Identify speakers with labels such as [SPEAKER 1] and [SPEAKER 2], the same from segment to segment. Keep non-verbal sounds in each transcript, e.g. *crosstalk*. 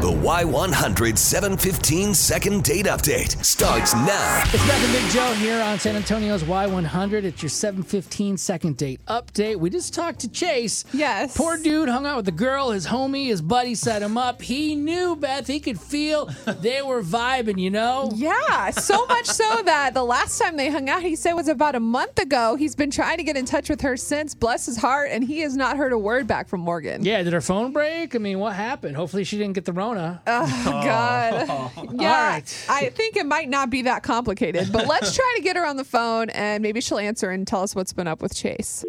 [SPEAKER 1] The Y100 715 second date update starts now.
[SPEAKER 2] It's Beth and Big Joe here on San Antonio's Y100. It's your 7:15 second date update. We just talked to Chase.
[SPEAKER 3] Yes.
[SPEAKER 2] Poor dude hung out with the girl. His homie, his buddy, set him up. He knew Beth. He could feel they were vibing. You know.
[SPEAKER 3] Yeah, so
[SPEAKER 2] *laughs*
[SPEAKER 3] much so that the last time they hung out, he said was about a month ago. He's been trying to get in touch with her since, bless his heart, and he has not heard a word back from Morgan.
[SPEAKER 2] Yeah. Did her phone break? I mean, what happened? Hopefully, she didn't get the Rona.
[SPEAKER 3] God. Yeah,
[SPEAKER 2] *laughs* All right.
[SPEAKER 3] I think it might not be that complicated,
[SPEAKER 2] *laughs*
[SPEAKER 3] but let's try to get her on the phone and maybe she'll answer and tell us what's been up with Chase.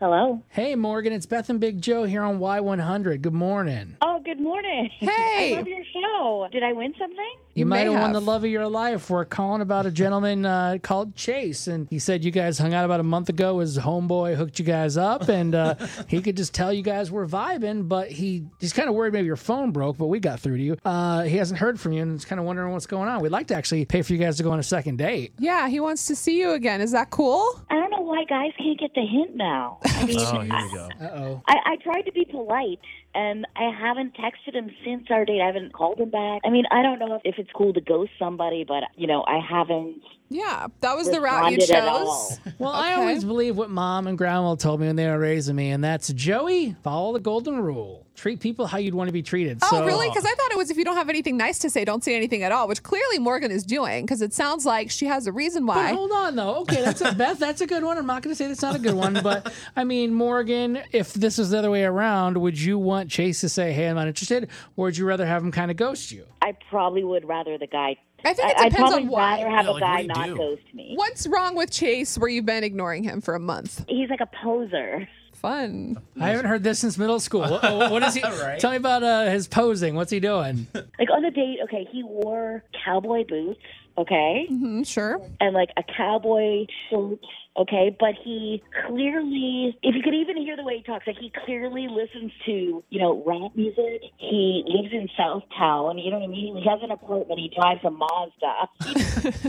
[SPEAKER 4] Hello.
[SPEAKER 2] hey, Morgan. It's Beth and Big Joe here on Y100. Good morning.
[SPEAKER 4] Oh, good morning. *laughs*
[SPEAKER 3] Hey.
[SPEAKER 4] I love your show. Did I win something?
[SPEAKER 2] You,
[SPEAKER 3] You
[SPEAKER 2] might
[SPEAKER 3] may
[SPEAKER 2] have won the
[SPEAKER 3] have.
[SPEAKER 2] love of your life. We're calling about a gentleman uh, called Chase, and he said you guys hung out about a month ago. His homeboy hooked you guys up, and *laughs* uh, he could just tell you guys were vibing. But he he's kind of worried maybe your phone broke, but we got through to you. Uh, he hasn't heard from you, and is kind of wondering what's going on. We'd like to actually pay for you guys to go on a second date.
[SPEAKER 3] Yeah, he wants to see you again. Is that cool?
[SPEAKER 4] I don't know why guys can't get the hint now.
[SPEAKER 5] *laughs*
[SPEAKER 4] I mean,
[SPEAKER 5] Oh, here we go.
[SPEAKER 2] Uh oh.
[SPEAKER 4] I, I tried to be polite, and I haven't texted him since our date. I haven't called him back. I mean, I don't know if, if it's cool to ghost somebody, but, you know, I haven't
[SPEAKER 3] Yeah, that was the route you
[SPEAKER 4] responded at all.
[SPEAKER 3] chose.
[SPEAKER 2] Well, I
[SPEAKER 3] Okay.
[SPEAKER 2] always believe what mom and grandma told me when they were raising me, and that's Joey, follow the golden rule. Treat people how you'd want to be treated.
[SPEAKER 3] Oh,
[SPEAKER 2] so,
[SPEAKER 3] really? Because I thought it was if you don't have anything nice to say, don't say anything at all, which clearly Morgan is doing because it sounds like she has a reason
[SPEAKER 2] But
[SPEAKER 3] why.
[SPEAKER 2] hold on though. Okay, that's a Beth. That's a good one. I'm not going to say that's not a good one, but I mean, Morgan, if this was the other way around, would you want Chase to say, "Hey, I'm not interested," or would you rather have him kind of ghost you?
[SPEAKER 4] I probably would rather the guy.
[SPEAKER 3] I think it
[SPEAKER 4] I, I'd
[SPEAKER 3] depends
[SPEAKER 4] probably
[SPEAKER 3] on why.
[SPEAKER 4] rather have
[SPEAKER 5] Yeah,
[SPEAKER 4] a
[SPEAKER 5] like, what
[SPEAKER 4] guy
[SPEAKER 5] do you
[SPEAKER 4] not
[SPEAKER 5] do?
[SPEAKER 4] ghost me.
[SPEAKER 3] What's wrong with Chase where you've been ignoring him for a month?
[SPEAKER 4] He's like a poser.
[SPEAKER 3] Fun.
[SPEAKER 2] I haven't heard this since middle school. What, what
[SPEAKER 3] *laughs*
[SPEAKER 2] is he? Tell me about uh, his posing. What's he doing?
[SPEAKER 4] Like on the date, okay, he wore cowboy boots, okay?
[SPEAKER 3] Mm, sure.
[SPEAKER 4] and like a cowboy shirt. Okay, but he clearly, if you could even hear the way he talks, like he clearly listens to, you know, rap music. He lives in Southtown. You know what I mean? He has an apartment. He drives a Mazda.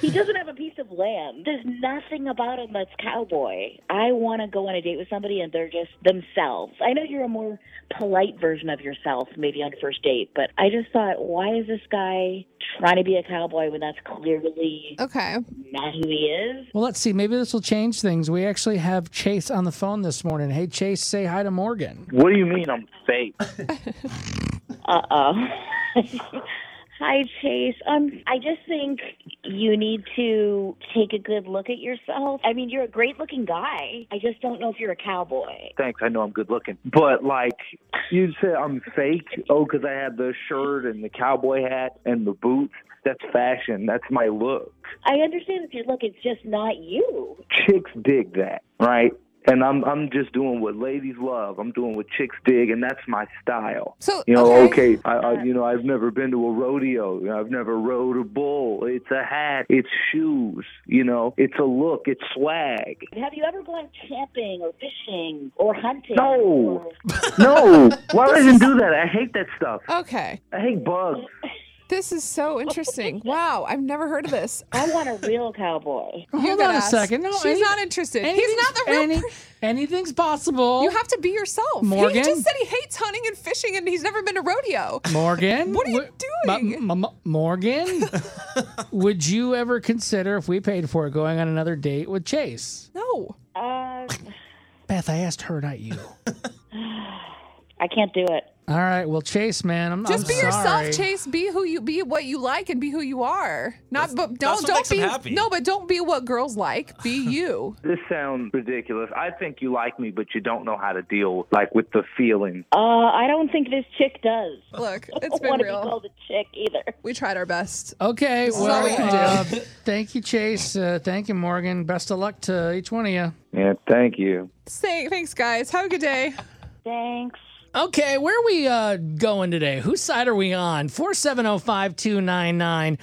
[SPEAKER 4] he doesn't have a piece of land. There's nothing about him that's cowboy. I want to go on a date with somebody and they're just themselves. I know you're a more polite version of yourself, maybe on a first date, but I just thought, why is this guy trying to be a cowboy when that's clearly
[SPEAKER 3] Okay.
[SPEAKER 4] not who he is.
[SPEAKER 2] Well, let's see. Maybe this will change things. We actually have Chase on the phone this morning. Hey, Chase, say hi to Morgan.
[SPEAKER 6] What do you mean I'm fake?
[SPEAKER 4] Uh oh. *laughs* Hi Chase. Um, I just think you need to take a good look at yourself. I mean, you're a great-looking guy. I just don't know if you're a cowboy.
[SPEAKER 6] Thanks, I know I'm good looking. But like you said I'm fake, oh, 'cause I had the shirt and the cowboy hat and the boots. That's fashion. That's my look.
[SPEAKER 4] I understand if you look, it's just not you.
[SPEAKER 6] Chicks dig that, right? And I'm I'm just doing what ladies love. I'm doing what chicks dig, and that's my style.
[SPEAKER 3] So,
[SPEAKER 6] You know,
[SPEAKER 3] okay.
[SPEAKER 6] okay, I, I, you know, I've never been to a rodeo. You know, I've never rode a bull. It's a hat. It's shoes. You know, it's a look. It's swag.
[SPEAKER 4] Have you ever gone camping or fishing or hunting?
[SPEAKER 6] No.
[SPEAKER 4] Or-
[SPEAKER 6] No, why would I even do that? I hate that stuff.
[SPEAKER 3] Okay.
[SPEAKER 6] I hate bugs.
[SPEAKER 3] This is so interesting. Wow. I've never heard of this.
[SPEAKER 4] I want a real cowboy.
[SPEAKER 2] *laughs*
[SPEAKER 3] You
[SPEAKER 2] Hold on a
[SPEAKER 3] gotta ask.
[SPEAKER 2] second. No,
[SPEAKER 3] She's
[SPEAKER 2] any-
[SPEAKER 3] not interested. He's not the real.
[SPEAKER 2] Anything's-
[SPEAKER 3] per-
[SPEAKER 2] any- anything's possible.
[SPEAKER 3] you have to be yourself. He
[SPEAKER 2] Morgan?
[SPEAKER 3] just said he hates hunting and fishing and he's never been to rodeo.
[SPEAKER 2] Morgan,
[SPEAKER 3] What are you
[SPEAKER 2] wh- m-
[SPEAKER 3] doing?
[SPEAKER 2] m- m- Morgan, *laughs* would you ever consider if we paid for it going on another date with Chase?
[SPEAKER 3] No.
[SPEAKER 4] Uh,
[SPEAKER 2] Beth, I asked her, not you.
[SPEAKER 4] I can't do it.
[SPEAKER 2] All right, well, Chase, man, I'm
[SPEAKER 3] Just
[SPEAKER 2] I'm
[SPEAKER 3] be
[SPEAKER 2] sorry.
[SPEAKER 3] yourself, Chase. Be who you be, what you like, and be who you are. Not, but don't
[SPEAKER 5] that's what
[SPEAKER 3] don't
[SPEAKER 5] makes them
[SPEAKER 3] be
[SPEAKER 5] happy.
[SPEAKER 3] no, but don't be what girls like.
[SPEAKER 5] *laughs*
[SPEAKER 3] Be you.
[SPEAKER 6] This sounds ridiculous. I think you like me, but you don't know how to deal like with the feeling.
[SPEAKER 4] Uh, I don't think this chick does.
[SPEAKER 3] Look,
[SPEAKER 4] I
[SPEAKER 3] it's
[SPEAKER 4] don't
[SPEAKER 3] been
[SPEAKER 4] want to be
[SPEAKER 3] real.
[SPEAKER 4] called a chick either.
[SPEAKER 3] We tried our best.
[SPEAKER 2] Okay,
[SPEAKER 3] is all
[SPEAKER 2] well,
[SPEAKER 3] we can
[SPEAKER 2] uh, thank you, Chase. Uh, thank you, Morgan. Best of luck to each one of you.
[SPEAKER 6] Yeah, thank you.
[SPEAKER 3] Say, thanks, guys. Have a good day.
[SPEAKER 4] Thanks.
[SPEAKER 2] Okay, where are we uh, going today? Whose side are we on? 4705299.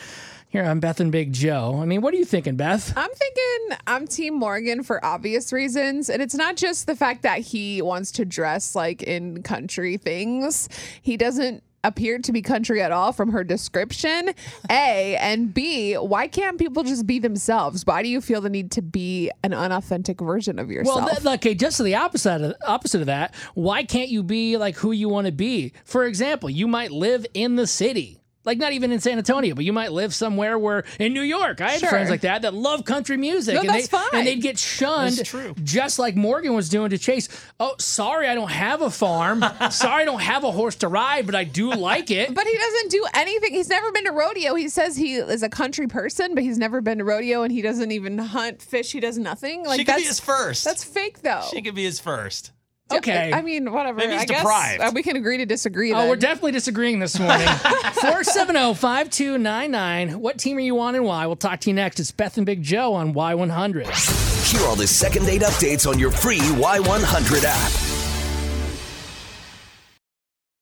[SPEAKER 2] Here, I'm Beth and Big Joe. I mean, what are you thinking, Beth?
[SPEAKER 3] I'm thinking I'm Team Morgan for obvious reasons. And it's not just the fact that he wants to dress like in country things, he doesn't appeared to be country at all from her description? A and B, why can't people just be themselves? Why do you feel the need to be an unauthentic version of yourself?
[SPEAKER 2] Well, th- okay, just to the opposite of, opposite of that, why can't you be like who you want to be? For example, you might live in the city. Like not even in San Antonio, but you might live somewhere where in New York. I had
[SPEAKER 3] Sure.
[SPEAKER 2] friends like that that love country music,
[SPEAKER 3] No,
[SPEAKER 2] and
[SPEAKER 3] that's
[SPEAKER 2] they
[SPEAKER 3] fine.
[SPEAKER 2] and they'd get shunned,
[SPEAKER 5] That's true.
[SPEAKER 2] just like Morgan was doing to Chase. Oh, sorry, I don't have a
[SPEAKER 3] *laughs*
[SPEAKER 2] farm. sorry, I don't have a horse to ride, but I do like it.
[SPEAKER 3] But he doesn't do anything. He's never been to rodeo. He says he is a country person, but he's never been to rodeo and he doesn't even hunt fish. He does nothing. Like
[SPEAKER 5] she could
[SPEAKER 3] that's
[SPEAKER 5] be his first.
[SPEAKER 3] that's oh. fake though.
[SPEAKER 5] she could be his first.
[SPEAKER 2] okay,
[SPEAKER 3] I mean, whatever.
[SPEAKER 5] Maybe he's
[SPEAKER 3] I guess
[SPEAKER 5] deprived.
[SPEAKER 3] uh, we can agree to disagree.
[SPEAKER 2] Oh,
[SPEAKER 3] then.
[SPEAKER 2] we're definitely disagreeing this morning. oh, 470 5299. What team are you on and why? We'll talk to you next. It's Beth and Big Joe on Y100.
[SPEAKER 1] Hear all the second date updates on your free Y100 app.